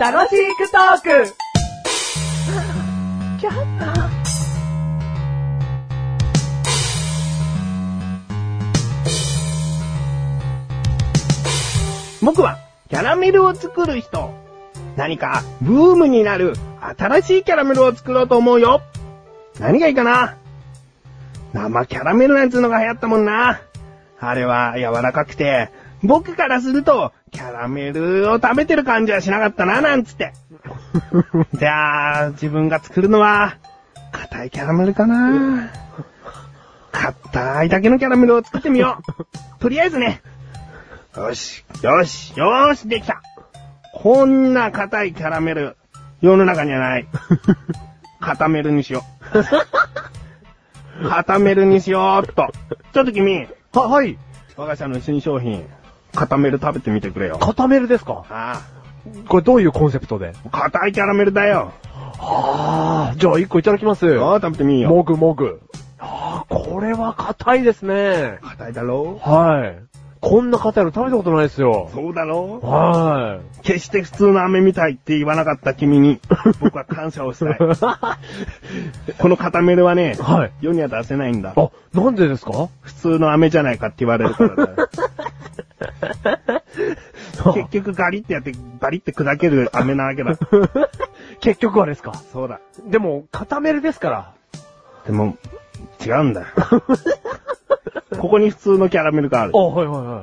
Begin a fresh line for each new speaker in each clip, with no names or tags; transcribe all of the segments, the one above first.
楽しくトーク
僕はキャラメルを作る人。何かブームになる新しいキャラメルを作ろうと思うよ。何がいいかな生キャラメルなんつうのが流行ったもんな。あれは柔らかくて、僕からするとキャラメルを食べてる感じはしなかったな、なんつって。じゃあ、自分が作るのは、硬いキャラメルかな。硬いだけのキャラメルを作ってみよう。とりあえずね、よし、よし、よーし、できた。こんな硬いキャラメル、世の中にはない。固めるにしよう。固めるにしようっと。ちょっと君、
は、はい。
我が社の新商品、固める食べてみてくれよ。
固めるですか
あ
これどういうコンセプトで
あ、硬いキャラメルだよ。
ああ、じゃあ一個いただきます。
ああ、食べてみいよ。
もぐもぐ。ああ、これは硬いですね。
硬いだろ
はい。こんな硬いの食べたことないですよ。
そうだろ
は
決して普通の飴みたいって言わなかった君に、僕は感謝を したい。この固めるはね
い。、はい。
世には出せないんだ。
あ、なんでですか
普通の飴じゃないかって言われるからだよ。結局ガリってやって、バリって砕ける飴なわけ だ。
結局はですか
そうだ。
でも、固めるですから。
でも、違うんだよ。 ここに普通のキャラメルがある
あ、。はいはいは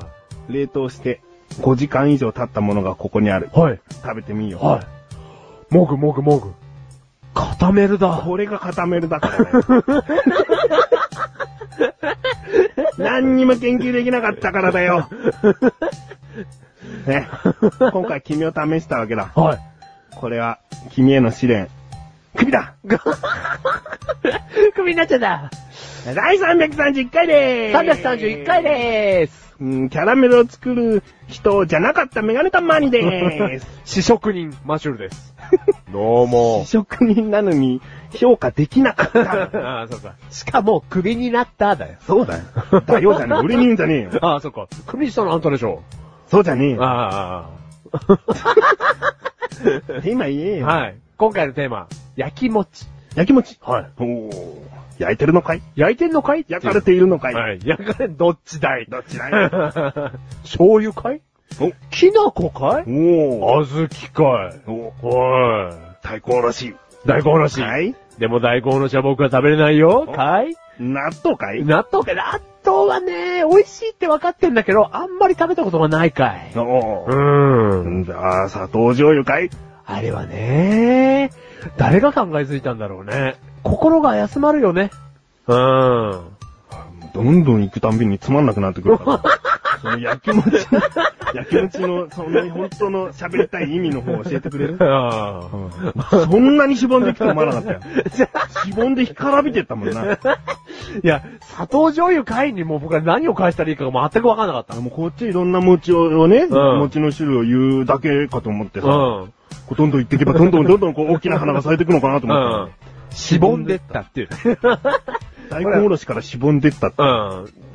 冷凍して、5時間以上経ったものがここにある。
い。はい。
食べてみよう。
はい。もぐもぐもぐ。固めるだ。
これが固めるだから ね。何にも研究できなかったからだ よ。ね。今回君を試したわけだ。
はい。
これは、君への試練。クビだ
クビになっちゃった。
第331回でーす
331回でーす。
うんキャラメルを作る人じゃなかったメガネタマーニでーす
試食人、マシュルです。どうも
試。食人なのに評価できなかった。
ああ、そうか。しかも、クビになっただよ。
そうだよ。だよじゃねえ。売れにいいんじゃねえ よ。
ああ、そうか。クビにしたのあんたでしょ。
そうじゃねえよ。
あ
今言え
あ
よ。
はい。今回のテーマ、焼き餅。
焼き餅。
はい。
おー焼いてるのかい
焼いてんのかい
焼かれているのかい、
はい。焼かれん、どっちだい
どっちだい
醤油かい
お
きな粉かい
おー
あずきかい
お
おい。
太鼓おろし。
大根おろし。
はい
でも大根おろしは僕は食べれないよ。
お
かい
納豆かい
納豆かい納豆はね、美味しいって分かってんだけど、あんまり食べたことがないかい。
お
う
ー
ーん。
じゃあ、砂糖醤油かい
あれはね、誰が考えついたんだろうね。心が休まるよね。うーん。
どんどん行くたんびにつまんなくなってくる から。その焼き餅の、 焼き餅の、そんなに本当の喋りたい意味の方を教えてくれる
あ
そんなにしぼんできて思わなかったよ。 しぼんで干からびてったもんな。
ーいや、砂糖醤油買いにもう僕は何を返したらいいかが全く分かんなかった。
もうこっちいろんな餅をね、
ん
餅の種類を言うだけかと思ってさ、こ
うん。
うどんどん行っていけばどんどんどんどんこう大きな花が咲いていくのかなと思って
うん。しぼんでったっていう。
たの。大根おろしからしぼんでったって。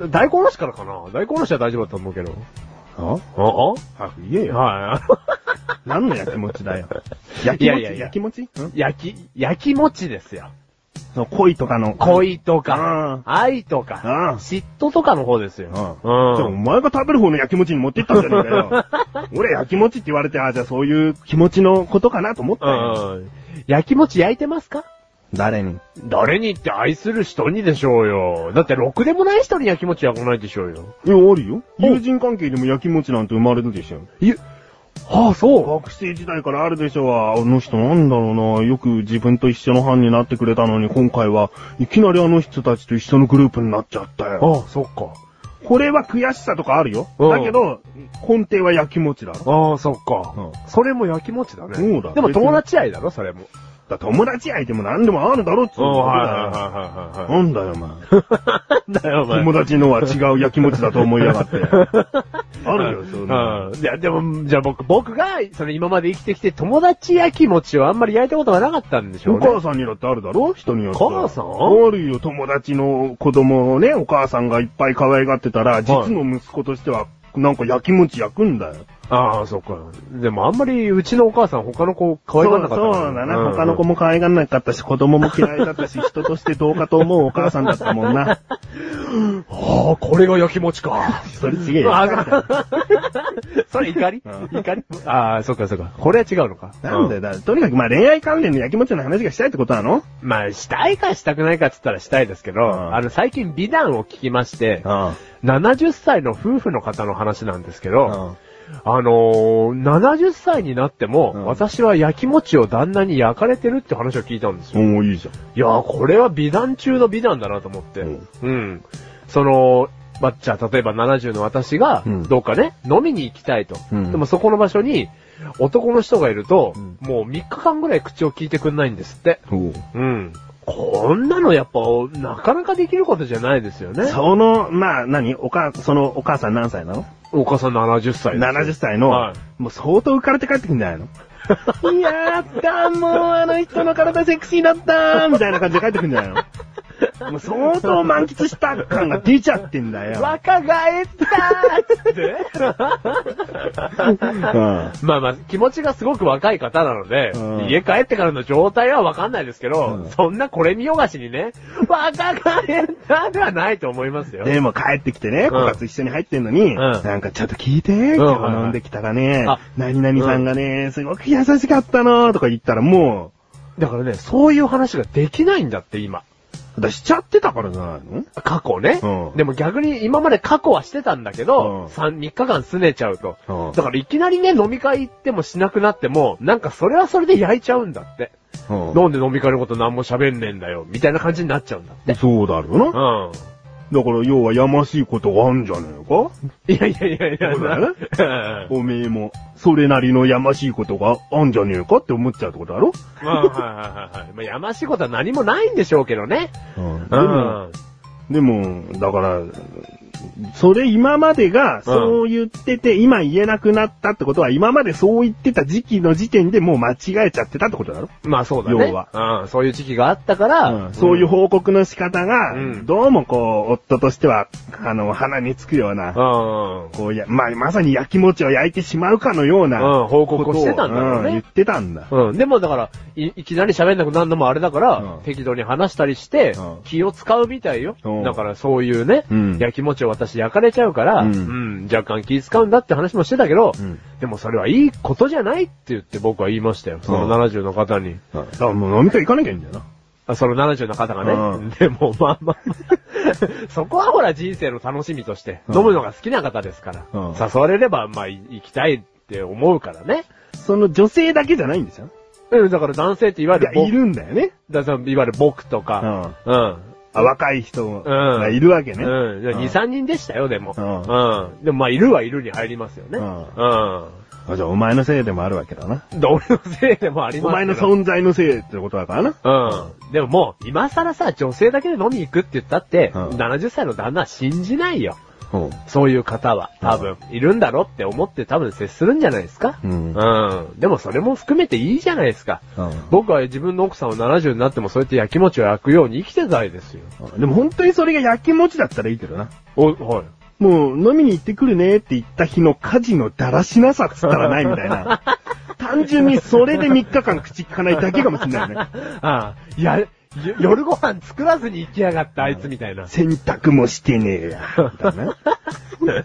うん。大根おろしからかな大根おろしは大丈夫だと思うけど。
あ
ああ
あ、言えよ。
は
何の焼き餅だよ。焼
い
き
やい
餅
やいや
焼き餅
い。焼き、焼き餅ですよ。
その恋とかの。
恋
う
と
ん
か、愛と
うん
か、嫉妬とかの方ですよ。
じゃあお
うん。
前が食べる方の焼き餅に持ってったんじゃねえかよ。 俺焼き餅って言われて、あじゃあそういう気持ちのことかなと思ったよ。
うん。焼き餅焼いてますか
誰に
誰にって愛する人にでしょうよ。だって、ろくでもない人に焼き餅焼かないでしょうよ。
いや、あるよ。友人関係でも焼き餅なんて生まれるでしょ。
ゆ、はあ、そ
学生時代からあるでしょあの人なんだろうな。よく自分と一緒の班になってくれたのに、今回はいきなりあの人たちと一緒のグループになっちゃった
う。
よ。
ああ、そっか。
これは悔しさとかあるよ。
うん
だけど、根底は焼き餅だろ。
ああ、そっか。
う
それも焼き餅だね。
そうだ
でも友達愛だろ、それも。
だ友達相手も何でもあるだろっつうことだよ。
はいはい
なんだよ、お前。
い。なんだよ、お前。
友達のは違う焼き餅だと思いやが って。あるよ、そんなの。
うん。いや、でも、じゃあ僕、僕が、その今まで生きてきて友達焼き餅をあんまり焼いたことがなかったんでしょ
お
うね。
母さんにだってあるだろ人によっては。
お母さん
あるよ、友達の子供をね、お母さんがいっぱい可愛がってたら、実の息子としては、なんか焼き餅焼くんだよ。
ああ、そっか。でもあんまりうちのお母さん他の子可愛がんなかっ
そ
た
う
ら
そうだな、他の子。も可愛がんなかったし、子供も嫌いだ ったし、人としてどうかと思うお母さんだったもんな。
ああ、これがやきも ちか。
それすげえよ。
あ それ怒り
うん
怒りああ、そっかそっか。これは違うのか。
なんだよ、
よ。
だとにかくまあ恋愛関連のやきもちの話がしたいってことなの
まあ、したいかしたくないかって言ったらしたいですけど、
うん
あの、最近美談を聞きまして、
あ
70歳の夫婦の方の話なんですけど、
あ。
あのー、70歳になっても、
うん
私は焼き餅を旦那に焼かれてるって話を聞いたんですよ。
おおいいじゃん。
いやー、これは美談中の美談だなと思って。う
うんん。
その、まあ、じゃあ、例えば70の私が
うん、
どっかね、飲みに行きたいと。
うん
でもそこの場所に、男の人がいると、
うん
もう3日間ぐらい口を聞いてくんないんですって。
おう
うん。こんなのやっぱ、なかなかできることじゃないですよね。
その、まあ何おか、そのお母さん何歳なの
お母さん70歳ですよ
?70 歳の、
はい
もう相当浮かれて帰ってくんじゃないのやったもうあの人の体セクシーだったみたいな感じで帰ってくんじゃないのもう相当満喫した感が出ちゃってんだよ。
若返ったーって。
うん
まあまあ、気持ちがすごく若い方なので、
うん
家帰ってからの状態はわかんないですけど、
うん
そんなこれ見よがしにね、若返ったではないと思いますよ。
でも帰ってきてね、
ん
こたつ一緒に入ってんのに、
ん
なんかちょっと聞いて、今日飲んできたらね
あ、
何々さんがね、すごく優しかったのとか言ったらも
だからね、そういう話ができないんだって今。
う、だしちゃってたからじゃないの
過去ね。
うん
でも逆に今まで過去はしてたんだけ
う
ど、
ん
三3、3日間拗ねちゃうと。
うん
だからいきなりね、飲み会行ってもしなくなっても、なんかそれはそれで焼いちゃうんだって。なんで飲み会のこと何も喋んねえんだよ、みたいな感じになっちゃうんだって。
そうだろうな。
うん。
だから要はやましいことがあんじゃねえか
いやいやいやいや、
そうだ よね
うん
おめえも、それなりのやましいことがあんじゃねえかって思っちゃうってことだろ
まあ、はいはいはいはい。まあ、やましいことは何もないんでしょうけどね。
うん
う
でも、
ん。
でも、だから、それ今までがそう言ってて、今言えなくなったってことは、今までそう言ってた時期の時点でもう間違えちゃってたってことだろ、
まあそうだね。
要は
うん。そういう時期があったから、
そういう報告の仕方が、
うん
どうもこう、夫としては、あの、鼻につくような、
うん。うん。
こうや、まあ、まさに焼き餅を焼いてしまうかのような、
うん、報
こ
告
と
を
を
してたんだろう
うん言
ね
っ。てたんだ。
うん、でもだから、い、いきなり喋んなくなるのもあれだから、
うん
適度に話したりして、
うん
気を使うみたいよ。
うん
だからそういうね、
うん
焼き餅を私焼かれちゃうから、う
うんん、
若干気使うんだって話もしてたけど、
うん
でもそれはいいことじゃないって言って僕は言いましたよ。その
うん
70の方に。
だからもう飲み会行かなきゃいいんだよな。
あその70の方がね。
うん
でも、まあま あまあ、そこはほら人生の楽しみとして、
うん
飲むのが好きな方ですから、
うん
誘われれば、まあ、い行きたいって思うからね。
その女性だけじゃないんですよ。
うん、だから男性っていわゆ
い
る
や、
僕
いるんだよね。
だからそのいわゆる僕とか、うん。
あ若い人
うん
がいるわけ
うん。
ね。
2、
うん
3人でしたよ、でも。
うん
うん。でもまあ、いるはいるに入りますよね。
う
う。
んあじゃあ、お前のせいでもあるわけだな。
どれのせいでもありますけど
お前の存在のせいってことだからな。
うん。でももう、今更さ、女性だけで飲みに行くって言ったって、
うん
70歳の旦那は信じないよ。
うん。
そういう方は、多分、いるんだろって思って多分接するんじゃないですか。
うん
うん。でもそれも含めていいじゃないですか。僕は自分の奥さんは70になってもそうやって焼き餅を焼くように生きてたいですよ。
でも本当にそれが焼きもちだったらいいけどな。
お、はい。
もう飲みに行ってくるねって言った日の家事のだらしなさっつったらないみたい な。単純にそれで3日間口聞かないだけかもしんないよね。
ああ、や、よ夜ご飯作らずに行きやがった、あいつみたいな。
洗濯もしてねえや。みたいな。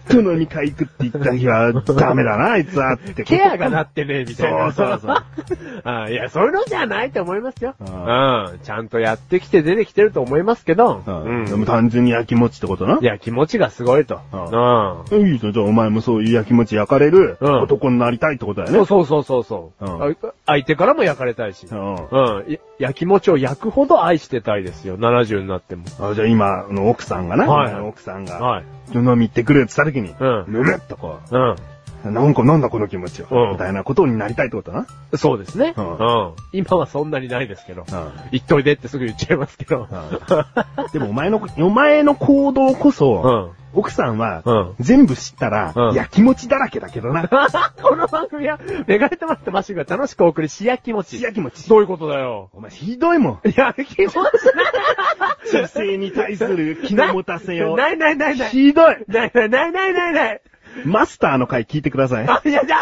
と飲み会行くって言った日はダメだな、あいつはって。
ケアがなってねえ、みたいな。。
そうそうそう
ああ、いや、そういうのじゃないと思いますよ。う
あ
ん。ちゃんとやってきて出てきてると思いますけど。
うん。で
うん
も。単純に焼きもちってことない
や、気持ちがすごいと。
うん
うん。
いいじゃん、じゃあお前もそういう焼きもち焼かれる
うん
男になりたいってことだよね。
そうそうそうそうそう、
うん
あ相手からも焼かれたいし。
う
うんん。い焼き餅を焼くほど愛してたいですよ。70になっても。
あじゃあ今の奥さんがな、
はい
今の奥さんが、
はい。
飲み行ってくるって言った時に、
うん
ぬるっとこ
うん。
う、なんかなんだこの気持ち
うん
は、みたいなことになりたいってことだ
そうですね、
うん
うん。今はそんなにないですけど。
な。
言っといでってすぐ言っちゃいますけど。
うんでもお前の、お前の行動こそ、
うん
奥さんは、
うん
全部知ったら、
うん
やきもちだらけだけどな。
この番組は、メガネとマットマシンが楽しくお送りしやきもち。
やきもち。
どういうことだよ。
お前ひどいもん。
やきもち
女性に対する気の持たせを。
ないないないない。
ひどい。
ないないないないない。
マスターの回聞いてください。
あ、いや、じゃあ